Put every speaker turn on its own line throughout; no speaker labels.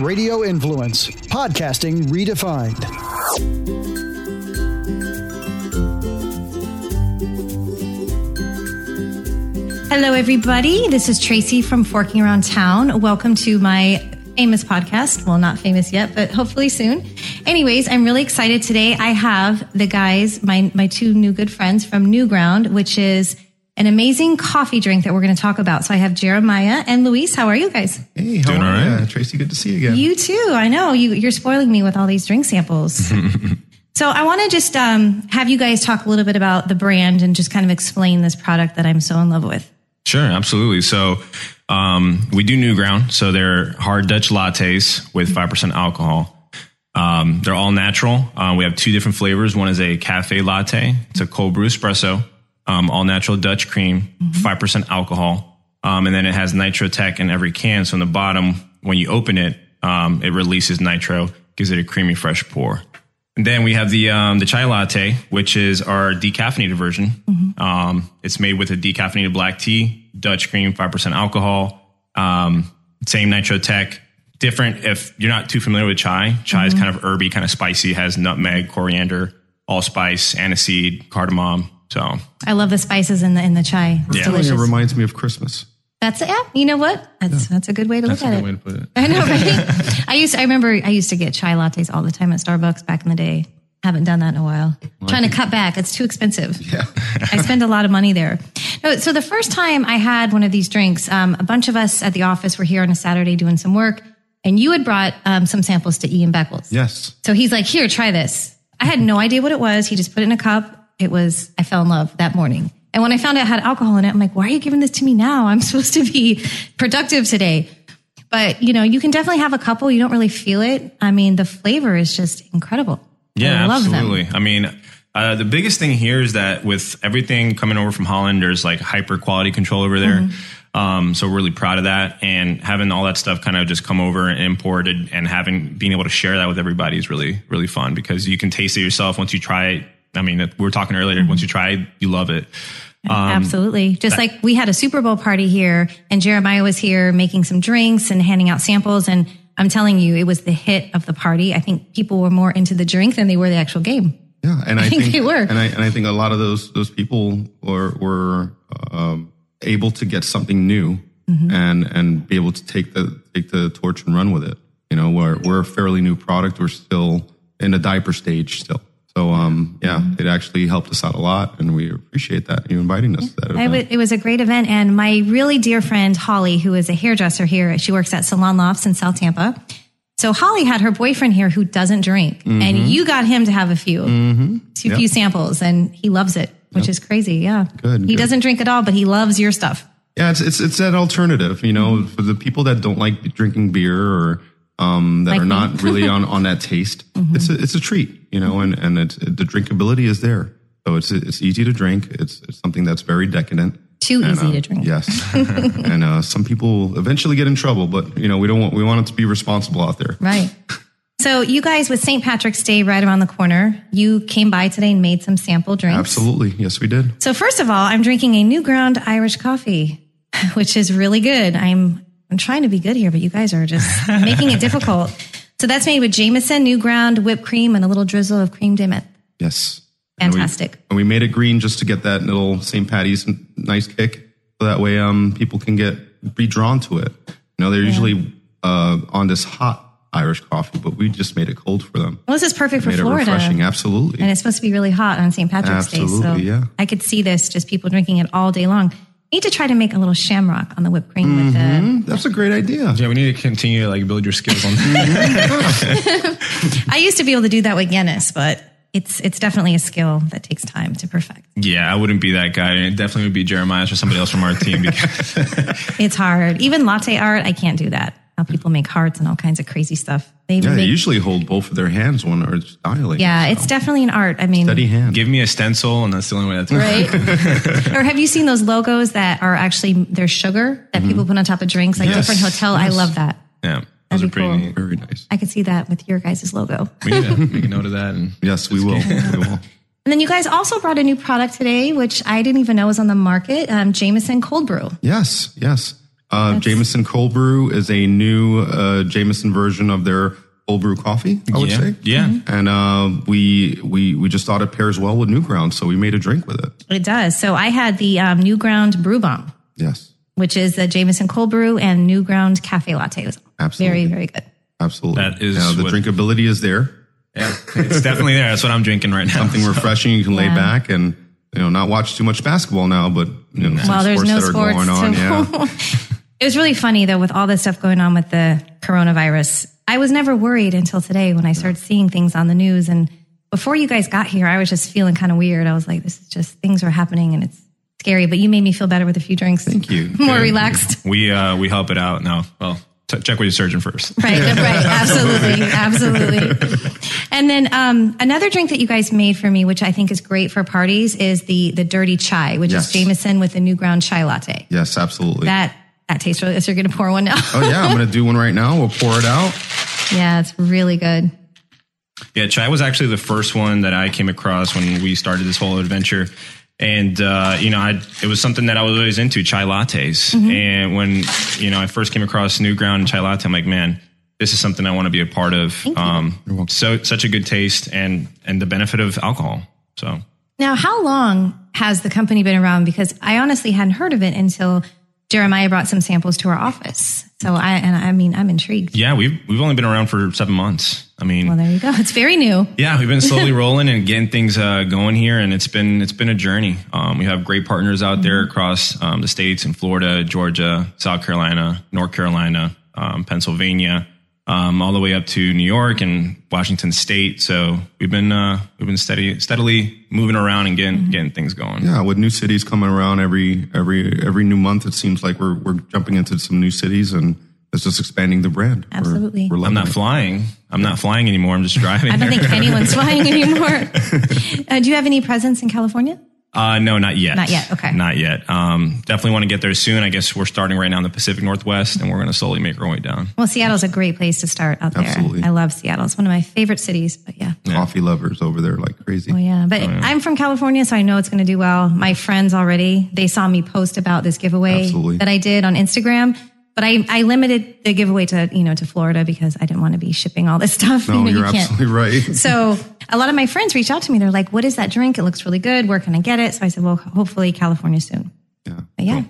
Radio Influence, podcasting redefined.
Hello, everybody. This is Tracy from Forking Around Town. Welcome to my famous podcast. Well, not famous yet, but hopefully soon. Anyways, I'm really excited today. I have the guys, my, my two new good friends from Newground, which is an amazing coffee drink that we're going to talk about. So I have Jeremiah and Luis. How are you guys?
Hey, how
Doing
are
all right.
ya? Tracy, good to see you again.
You too. I know you, you're spoiling me with all these drink samples. so I want to just um, have you guys talk a little bit about the brand and just kind of explain this product that I'm so in love with.
Sure, absolutely. So um, we do new ground. So they're hard Dutch lattes with five percent alcohol. Um, they're all natural. Uh, we have two different flavors. One is a cafe latte. It's a cold brew espresso, um, all natural Dutch cream, 5 percent alcohol, um, and then it has nitro tech in every can. So in the bottom, when you open it, um, it releases nitro, gives it a creamy, fresh pour. And then we have the um, the chai latte, which is our decaffeinated version. Um, it's made with a decaffeinated black tea, Dutch cream, five percent alcohol, um, same nitro tech. Different if you're not too familiar with chai. Chai is kind of herby, kind of spicy, has nutmeg, coriander, allspice, aniseed, cardamom. So
I love the spices in the in the chai. It's
Yeah.
Telling you, it
delicious.
reminds me of Christmas.
That's it. Yeah, you know what? That's that's a good way to
That's a
look at
good
it.
way to put it.
I know, right? I used I remember I used to get chai lattes all the time at Starbucks back in the day. Haven't done that in a while. Trying to cut back. It's too expensive. Yeah. I spend a lot of money there. No, so the first time I had one of these drinks, um, a bunch of us at the office were here on a Saturday doing some work, and you had brought um, some samples to Ian Beckles.
Yes.
So he's like, here, try this. I had no idea what it was. He just put it in a cup. It was, I fell in love that morning. And when I found out it had alcohol in it, I'm like, why are you giving this to me now? I'm supposed to be productive today. But you know, you can definitely have a couple. You don't really feel it. I mean, the flavor is just incredible.
Yeah,
I love
absolutely.
them.
I mean, uh, the biggest thing here is that with everything coming over from Holland, there's like hyper quality control over there. Um, so we're really proud of that, and having all that stuff kind of just come over and imported, and having being able to share that with everybody is really really fun because you can taste it yourself once you try it. I mean, we were talking earlier. Once you try it, you love it. Um,
absolutely. Just like we had a Super Bowl party here and Jeremiah was here making some drinks and handing out samples. And I'm telling you, it was the hit of the party. I think people were more into the drink than they were the actual game.
Yeah, and I,
think they were.
and I and I think a lot of those those people were were um, able to get something new
Mm-hmm.
and and be able to take the take the torch and run with it. You know, we're we're a fairly new product. We're still in the diaper stage still. So um, yeah,
Mm-hmm.
it actually helped us out a lot, and we appreciate that you inviting us to that
I
event.
would, it was a great event. And my really dear friend, Holly, who is a hairdresser here, she works at Salon Lofts in South Tampa. So Holly had her boyfriend here who doesn't drink, and
Mm-hmm.
you got him to have a few, a few samples, and he loves it, which is crazy. Yeah,
Good,
He
good.
doesn't drink at all, but he loves your stuff.
Yeah, it's it's it's that alternative, you
Mm-hmm.
know, for the people that don't like drinking beer or um, that
Like
are
me. Mm-hmm.
not really on on that taste. It's a it's a treat, you know, and and it's, the drinkability is there. So it's it's easy to drink. It's, it's something that's very decadent.
Too
And,
easy
uh,
to drink.
Yes, and uh, some people eventually get in trouble, but you know we don't want we want it to be responsible out there.
Right. So you guys with St. Patrick's Day right around the corner, you came by today and made some sample drinks.
Absolutely, yes, we did.
So first of all, I'm drinking a New Ground Irish coffee, which is really good. I'm I'm trying to be good here, but you guys are just making it difficult. So that's made with Jameson, New Ground, whipped cream, and a little drizzle of cream de menthe.
Yes, And we-
Fantastic.
And we, made it green just to get that little St. Patty's nice kick, so that way um, people can get be drawn to it. You know, they're usually uh, on this hot Irish coffee, but we just made it cold for them.
Well, this is perfect for
made it
Florida.
refreshing, absolutely.
And it's supposed to be really hot on St. Patrick's Day. So
Absolutely, yeah.
I could see this, just people drinking it all day long. Need to try to make a little shamrock on the whipped cream with the
That's a great idea.
Yeah, we need to continue to like build your skills on that.
I used to be able to do that with Guinness, but it's it's definitely a skill that takes time to perfect.
yeah, I wouldn't be that guy, and it definitely would be Jeremiah or somebody else from our team. Because,
It's hard. Even latte art, I can't do that. How people make hearts and all kinds of crazy stuff. They
Yeah, they
make,
usually hold both of their hands when they're styling.
yeah, it's definitely an art. I mean,
steady hand.
give me a stencil, and that's the only way. That's
right? or have you seen those logos that are actually there's sugar that people put on top of drinks, like
Yes,
different hotel? I
yes.
love that.
Yeah, those
That'd
are
be
pretty
cool.
neat.
Very nice.
I could see that with your guys' logo.
We need to make a note of that. And
Yes, we will. we will.
And then you guys also brought a new product today, which I didn't even know was on the market. Um, Jameson Cold Brew.
Yes, yes. Uh, Jameson Cold Brew is a new uh, Jameson version of their cold brew coffee. I would
yeah.
say.
Yeah.
And uh, we we we just thought it pairs well with Newgrounds, so we made a drink with it.
It does. So I had the um, New Ground Brew Bomb,
Yes,
which is the Jameson cold brew and New Ground Cafe Latte. It was Very,
Absolutely.
very good.
absolutely.
That is
the
what-
drinkability is there.
Yeah. It's definitely there. That's what I'm drinking right now.
Something refreshing. You can lay back and you know not watch too much basketball now, but you know some
Well, there's
sports
no
that are
sports.
going on.
so-
Yeah.
it was really funny though, with all the stuff going on with the coronavirus. I was never worried until today when I started seeing things on the news. And before you guys got here, I was just feeling kind of weird. I was like, this is just things are happening and it's scary. But you made me feel better with a few drinks. Thank
you.
More
Good.
relaxed.
We uh, we help it out now. Well, t- check with your surgeon first.
Right, right, absolutely, absolutely. And then um, another drink that you guys made for me, which I think is great for parties, is the the dirty chai, which
Yes.
is Jameson with the new ground chai latte.
Yes, absolutely.
That that tastes really. So you're gonna pour one now?
oh yeah, I'm gonna do one right now. We'll pour it out.
yeah, it's really good.
Yeah, chai was actually the first one that I came across when we started this whole adventure. And uh, you know, I, it was something that I was always into chai lattes. And when you know I first came across New Ground and chai latte, I'm like, man, this is something I want to be a part of. Um, so such a good taste and and the benefit of alcohol. So
Now, how long has the company been around? Because I honestly hadn't heard of it until Jeremiah brought some samples to our office. So I and I mean I'm intrigued.
yeah, we've we've only been around for seven months. I mean,
Well, there you go. It's very new.
Yeah, we've been slowly rolling and getting things uh, going here, and it's been it's been a journey. Um, we have great partners out there
Mm-hmm.
across um, the states in Florida, Georgia, South Carolina, North Carolina, um, Pennsylvania, um, all the way up to New York and Washington State. So we've been uh, we've been steady steadily moving around and
Mm-hmm.
getting getting things going.
Yeah, with new cities coming around every every every new month, it seems like we're we're jumping into some new cities and it's just expanding the brand. We're-
Absolutely.
we're
I'm
loving
not
it.
flying. I'm not flying anymore. I'm just driving.
I don't
there.
think anyone's flying anymore. Uh, do you have any presence in California?
Uh, no, not yet.
Not yet, okay.
Not yet. Um, definitely want to get there soon. I guess we're starting right now in the Pacific Northwest, and we're going to slowly make our way down.
Well, Seattle's a great place to start out there.
Absolutely.
I love Seattle. It's one of my favorite cities, but yeah.
coffee lovers over there like crazy.
Oh, yeah. But I'm from California, so I know it's going to do well. My friends already, they saw me post about this giveaway
Absolutely.
that I did on Instagram. But I, I limited the giveaway to, you know, to Florida because I didn't want to be shipping all this stuff.
No,
you know,
you're
you can't.
absolutely right.
So a lot of my friends reached out to me. They're like, what is that drink? It looks really good. Where can I get it? So I said, well, hopefully California soon.
Yeah.
But yeah.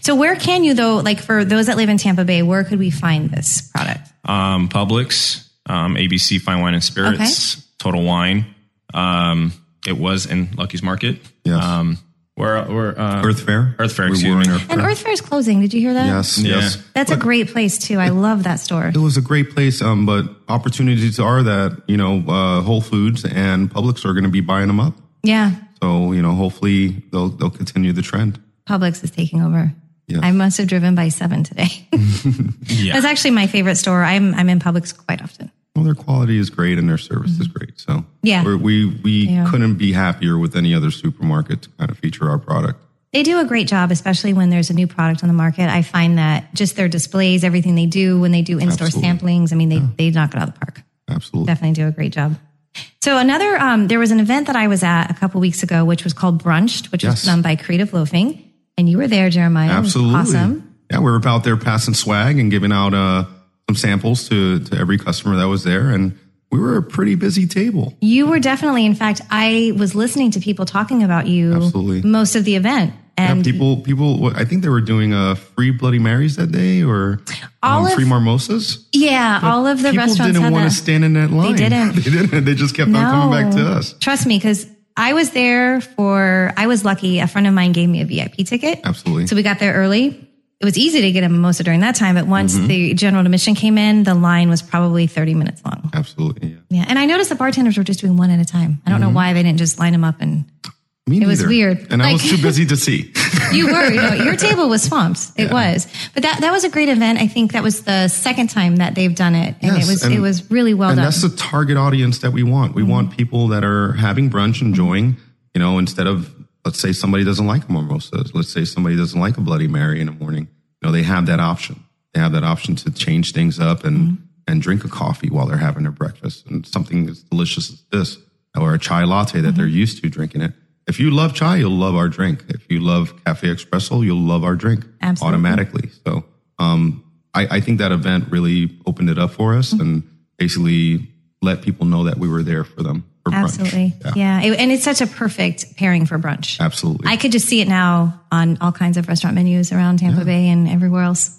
So where can you though, like for those that live in Tampa Bay, where could we find this product?
um, Publix, um, ABC Fine Wine and Spirits, Total Wine. Um, it was in Lucky's Market.
Yes.
Um, where where uh,
Earth Fair.
Earth Fair,
We
excuse
were in
me.
Earth
And
Fair.
Earth Fair is closing. Did you hear that?
Yes,
Yeah.
yes.
That's a great place too. I love that store.
It was a great place, um, but opportunities are that you know uh, Whole Foods and Publix are going to be buying them up.
Yeah.
So you know, hopefully they'll they'll continue the trend.
Publix is taking over.
Yes.
I must have driven by seven today. That's actually my favorite store. I'm I'm in Publix quite often.
Well, their quality is great and their service is great. So
Mm-hmm. Yeah.
we're, we we
Yeah.
couldn't be happier with any other supermarket to kind of feature our product.
They do a great job, especially when there's a new product on the market. I find that just their displays, everything they do when they do in-store samplings, I mean, they, they knock it out of the park.
Absolutely.
definitely do a great job. So another, um, there was an event that I was at a couple weeks ago, which was called Brunched, which
Yes.
was done by Creative Loafing, and you were there, Jeremiah. It was
Absolutely.
awesome.
Yeah, we were out there passing swag and giving out uh, some samples to, to every customer that was there. And we were a pretty busy table.
You were definitely, in fact, I was listening to people talking about you
Absolutely.
most of the event,
Yeah,
and
people, people, I think they were doing uh, free Bloody Marys that day or
All
um,
of-
free marmosas.
yeah, all of the
people
restaurants
didn't
had
want
that.
to stand in that line.
didn't.
they didn't. They just kept on coming back to us.
Trust me, because I was there for, I was lucky. A friend of mine gave me a VIP ticket.
Absolutely.
So we got there early. It was easy to get a mimosa during that time, but once
Mm-hmm.
the general admission came in, the line was probably 30 minutes long.
Absolutely. Yeah.
Yeah. And I noticed the bartenders were just doing one at a time. I don't
Mm-hmm.
know why they didn't just line them up and
Me
It was
neither.
weird.
And I was
Like-
too busy to see.
you were, you know, your table was swamped. It was. But that, that was a great event. I think that was the second time that they've done it. And
Yes,
it was
and-
it was really well
and
done. Mm-hmm.
that's the target audience that we want. We want people that are having brunch, enjoying, you know, instead of let's say somebody doesn't like a mimosa, let's say somebody doesn't like a Bloody Mary in the morning. You know, they have that option. They have that option to change things up and
Mm-hmm.
and drink a coffee while they're having their breakfast and something as delicious as this or a chai latte that they're
Mm-hmm.
used to drinking it. If you love chai, you'll love our drink. If you love cafe espresso, you'll love our drink
Absolutely.
automatically. So um, I, I think that event really opened it up for us and basically let people know that we were there for them. For brunch.
Absolutely.
Yeah,
Yeah. It- and it's such a perfect pairing for brunch.
absolutely.
I could just see it now on all kinds of restaurant menus around Tampa Bay and everywhere else.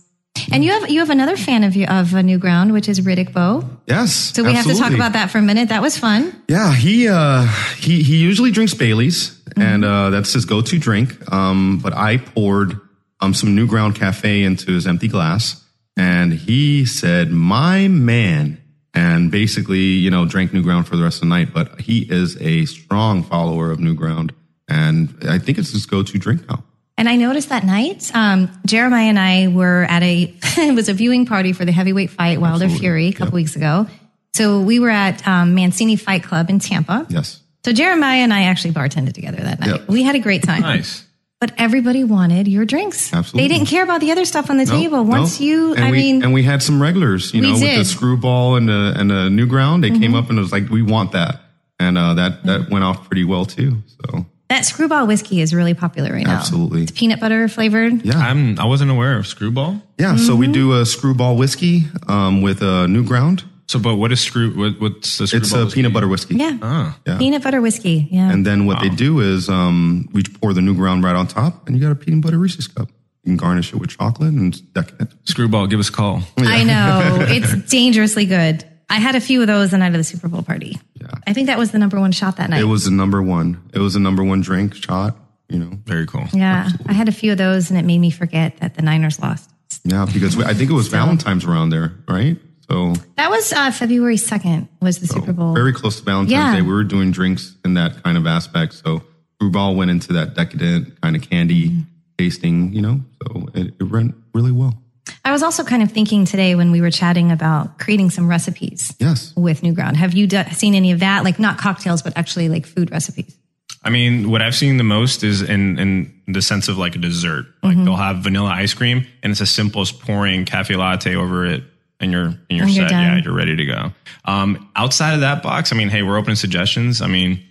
And you have you have another fan of you, of a new ground, which is Riddick Bowe.
yes.
So we have to talk about that for a minute. That was fun.
Yeah, he uh, he he usually drinks Bailey's, and uh, that's his go-to drink. Um, but I poured um, some New Ground Cafe into his empty glass, and he said, "My man," and basically, you know, drank New Ground for the rest of the night. But he is a strong follower of New Ground, and I think it's his go-to drink now.
And I noticed that night, um, Jeremiah and I were at a it was a viewing party for the heavyweight fight Wilder Fury a couple weeks ago. So we were at um, Mancini Fight Club in Tampa.
Yes,
So Jeremiah and I actually bartended together that night.
Yeah.
We had a great time.
Nice.
But everybody wanted your drinks.
Absolutely.
They didn't care about the other stuff on the
No,
table.
no.
Once you,
and
I
we,
mean,
and we had some regulars, you
We
know, with the
did. Mm-hmm.
screwball and the and the new ground. They came up and it was like, we want that, and uh, that that went off pretty well too. So
that screwball whiskey is really popular right now.
Absolutely.
It's peanut butter flavored.
yeah,
I'm. I wasn't aware of screwball.
yeah. So
Mm-hmm.
we do a screwball whiskey um, with a new ground.
So, but what is screw? What, what's the screwball?
It's a peanut butter whiskey.
Yeah.
Ah, Yeah.
Peanut butter whiskey. Yeah.
And then what they do is um, we pour the new ground right on top, and you got a peanut butter Reese's cup. You can garnish it with chocolate and decadent.
Screwball, give us a call.
I know. It's dangerously good. I had a few of those the night of the Super Bowl party. I think that was the number one shot that night.
It was the number one. It was the number one drink shot. You know,
Very cool.
yeah. I had a few of those and it made me forget that the Niners lost.
yeah, because we, I think it was Valentine's around there, right? So
That was uh, February 2nd was the Super Bowl.
Oh, Very close to Valentine's
Yeah.
Day. We were doing drinks in that kind of aspect. So Screwball went into that decadent kind of candy
Mm-hmm.
tasting, you know, so it, it went really well.
I was also kind of thinking today when we were chatting about creating some recipes
Yes.
with Newground. Have you do- seen any of that? Like not cocktails, but actually like food recipes.
I mean, what I've seen the most is in in the sense of like a dessert. Like
Mm-hmm.
they'll have vanilla ice cream, and it's as simple as pouring cafe latte over it, and you're and you're
And you're
set. yeah,
done.
you're ready to go. Um, outside of that box, I mean, hey, we're open to suggestions. I mean,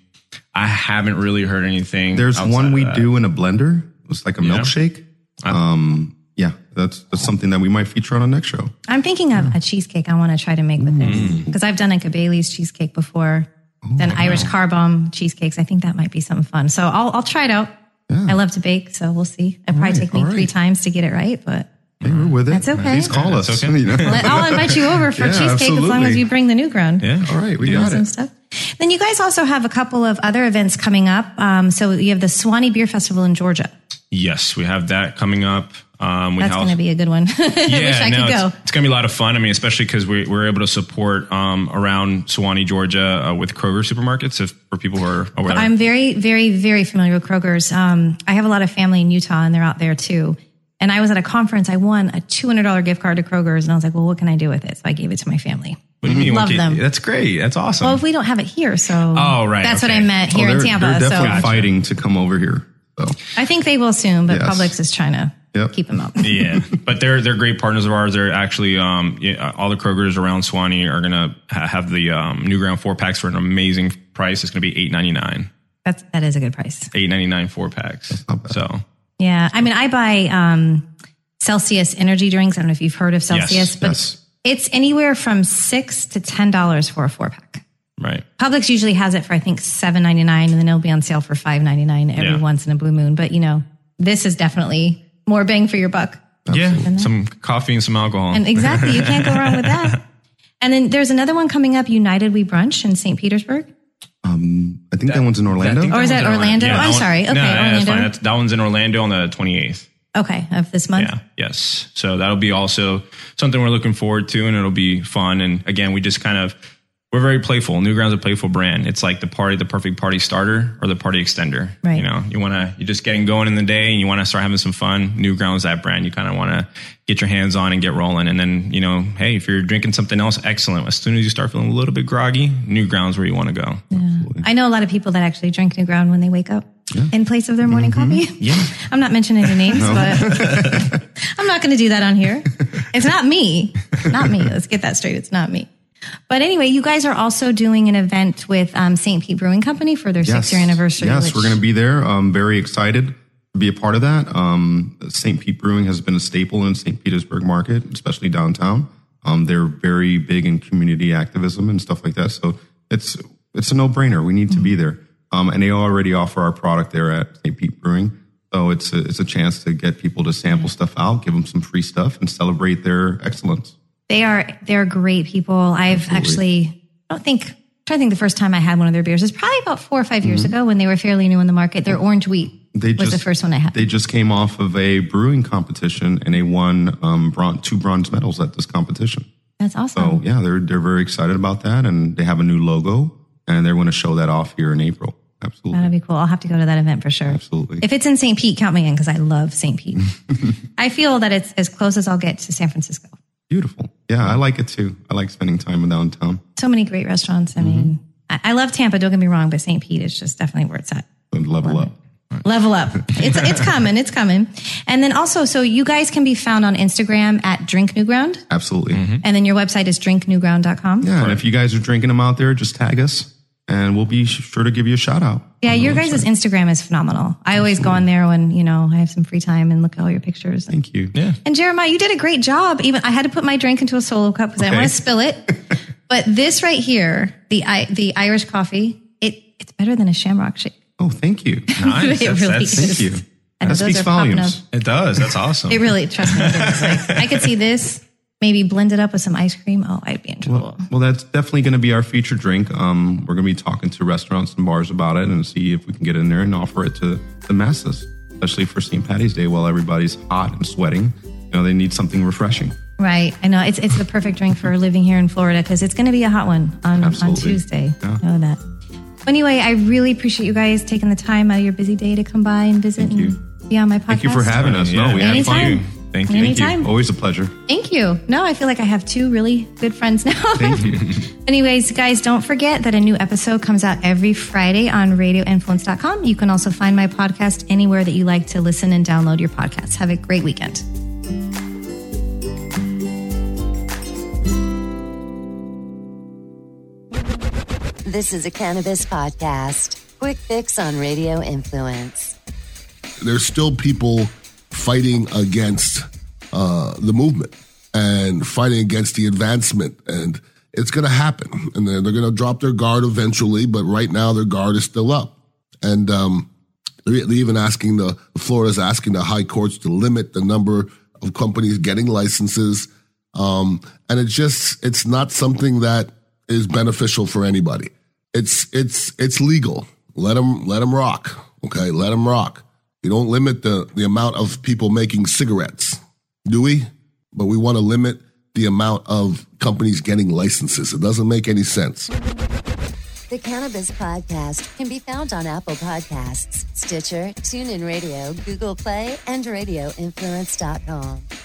I haven't really heard anything.
There's
outside
one
of
we
that.
do in a blender. It was like a milkshake. Um, yeah, that's, that's something that we might feature on our next show.
I'm thinking of a cheesecake I want to try to make with this
Mm.
because I've done like a Bailey's cheesecake before, then Irish car bomb cheesecakes. I think that might be some fun. So I'll, I'll try it out. I love to bake, so we'll see. It probably take me
all
three
right.
times to get it right, but
Hey, we're with it.
That's okay.
Please call
Yeah,
us.
that's okay.
you know?
but I'll invite you over for
Yeah,
cheesecake as long as
absolutely.
you bring the new ground.
Yeah.
All right, we got
Some
it.
stuff. Then you guys also have a couple of other events coming up. Um, so you have the Swanee Beer Festival in Georgia.
Yes, we have that coming up. Um, we
That's
have
going to be a good one. I wish I
no,
could go.
It's, it's going to be a lot of fun. I mean, especially because we, we're able to support um, around Suwanee, Georgia, uh, with Kroger supermarkets. If for people who are aware,
I'm very, very, very familiar with Kroger's. Um, I have a lot of family in Utah and they're out there too. And I was at a conference. I won a $200 gift card to Kroger's and I was like, well, what can I do with it? So I gave it to my family.
what do you mean?
love
Okay,
them.
That's great. That's awesome.
Well, if we don't have it here, so
Oh, right,
that's what
okay.
I meant here
Oh, they're,
in Tampa.
they're
so
definitely fighting to come over here. So,
I think they will soon, but
Yes.
Publix is trying to
Yep.
keep them up.
yeah, but they're they're great partners of ours. They're actually um, yeah, all the Krogers around Swanee are gonna ha- have the um, new ground four packs for an amazing price. It's gonna be eight ninety nine,
That's, that is a good price.
eight ninety nine four packs. So
Yeah. I mean, I buy, um, Celsius energy drinks. I don't know if you've heard of Celsius, but
yes.
it's anywhere from six to $10 for a four pack.
right,
Publix usually has it for I think seven ninety nine, and then it'll be on sale for five ninety nine every
Yeah.
once in a blue moon. But you know, this is definitely more bang for your buck.
yeah, some coffee and some alcohol.
And exactly, you can't go wrong with that. And then there's another one coming up, United We Brunch in St. Petersburg.
I think that, one's in Orlando.
Or is that
one's in
Orlando?
Yeah, that
I'm
one-
sorry.
no,
Okay,
yeah, that's
Orlando.
fine. That's- that one's in Orlando on the twenty eighth.
Okay, of this month.
Yeah. Yes. So that'll be also something we're looking forward to, and it'll be fun. And again, we just kind of we're very playful. Newgrounds is a playful brand. It's like the party, the perfect party starter or the party extender.
Right.
You know, you want to you're just getting going in the day, and you want to start having some fun. Newgrounds that brand. You kind of want to get your hands on and get rolling. And then you know, hey, if you're drinking something else, excellent. As soon as you start feeling a little bit groggy, Newgrounds where you want to go.
I know a lot of people that actually drink New Ground when they wake up in place of their morning
Mm-hmm.
coffee. Yeah. I'm not mentioning any names, but I'm not going to do that on here. It's not me. Not me. Let's get that straight. It's not me. But anyway, you guys are also doing an event with um, St. Pete Brewing Company for their sixth year anniversary.
Yes,
which-
we're going to be there. I'm very excited. be a part of that. Um, St. Pete Brewing has been a staple in St. Petersburg market, especially downtown. Um, they're very big in community activism and stuff like that. So it's it's a no brainer. We need to be there, um, and they already offer our product there at St. Pete Brewing. So it's a, it's a chance to get people to sample stuff out, give them some free stuff, and celebrate their excellence.
They are they're great people. I've actually I don't think I think the first time I had one of their beers is probably about four or 5 years ago when they were fairly new in the market. Their orange wheat
They
was
Mm-hmm. just,
the first one I had.
They just came off of a brewing competition and they won um, bron- two bronze medals at this competition.
That's awesome.
So yeah, they're they're very excited about that, and they have a new logo, and they're going to show that off here in April. Absolutely,
That'd be cool. I'll have to go to that event for sure.
absolutely.
If it's in St. Pete, count me in because I love St. Pete. I feel that it's as close as I'll get to San Francisco.
Beautiful. Yeah, I like it too. I like spending time in downtown.
So many great restaurants. I
Mm-hmm.
mean, I, I love Tampa. Don't get me wrong, but St. Pete is just definitely where it's at.
And level up.
Level up. It's it's coming. It's coming. And then also, so you guys can be found on Instagram at Drink New Ground,
Absolutely.
and then your website is drinknewground.com.
Yeah, and if you guys are drinking them out there, just tag us, and we'll be sure to give you a shout out.
Yeah, your guys' Instagram is phenomenal. I always go on there when, you know, I have some free time and look at all your pictures.
Thank you. Yeah.
And Jeremiah, you did a great job. Even I had to put my drink into a solo cup because I didn't
Okay.
want to spill it. but this right here, the I, the Irish coffee, it it's better than a Shamrock shake.
Oh, thank you.
Nice.
It
That's-
really
that's-
is.
Thank you.
I know
That
those
speaks
are popping
volumes.
up.
It does. That's awesome.
It really, trust me. it is. Like, I could see this maybe blended up with some ice cream. Oh, I'd be in trouble.
Well, that's definitely going to be our feature drink. Um, we're going to be talking to restaurants and bars about it and see if we can get in there and offer it to the masses, especially for St. Patty's Day while everybody's hot and sweating. You know, they need something refreshing.
Right. I know it's it's the perfect drink for living here in Florida because it's going to be a hot one on, on
Absolutely.
Tuesday.
Yeah.
Know that. Anyway, I really appreciate you guys taking the time out of your busy day to come by and visit and
you.
be on my podcast.
Thank you for having us. No, we had fun.
Anytime.
Thank you.
Anytime.
Thank you.
Always a pleasure.
Thank you. No, I feel like I have two really good friends now.
Thank you.
Anyways, guys, don't forget that a new episode comes out every Friday on radioinfluence.com. You can also find my podcast anywhere that you like to listen and download your podcasts. Have a great weekend.
This is a cannabis podcast. Quick fix on radio influence.
there's still people fighting against uh, the movement and fighting against the advancement and it's going to happen and they're, they're going to drop their guard eventually but right now their guard is still up and um, they're they're even asking the florida's asking the high courts to limit the number of companies getting licenses um, and it's just it's not something that is beneficial for anybody it's it's it's legal let them let them rock okay let them rock you don't limit the the amount of people making cigarettes do we but we want to limit the amount of companies getting licenses it doesn't make any sense
The Cannabis Podcast can be found on Apple Podcasts, Stitcher, TuneIn Radio, Google Play, and RadioInfluence.com.